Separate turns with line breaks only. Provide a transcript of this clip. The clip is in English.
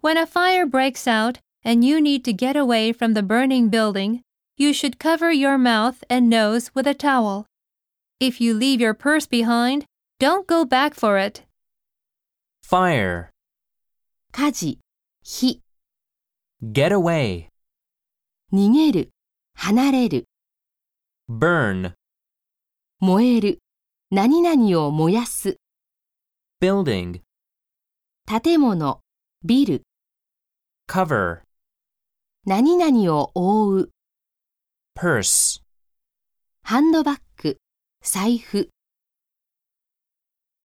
When a fire breaks out and you need to get away from the burning building, you should cover your mouth and nose with a towel. If you leave your purse behind, don't go back for it.
Fire.
火事、火、
Get away.
逃げる、離れる、
Burn.
燃える、何々を燃やす、
Building.
建物、ビル、
Cover.
何々を覆う、
Purse.
ハンドバッグ、財布。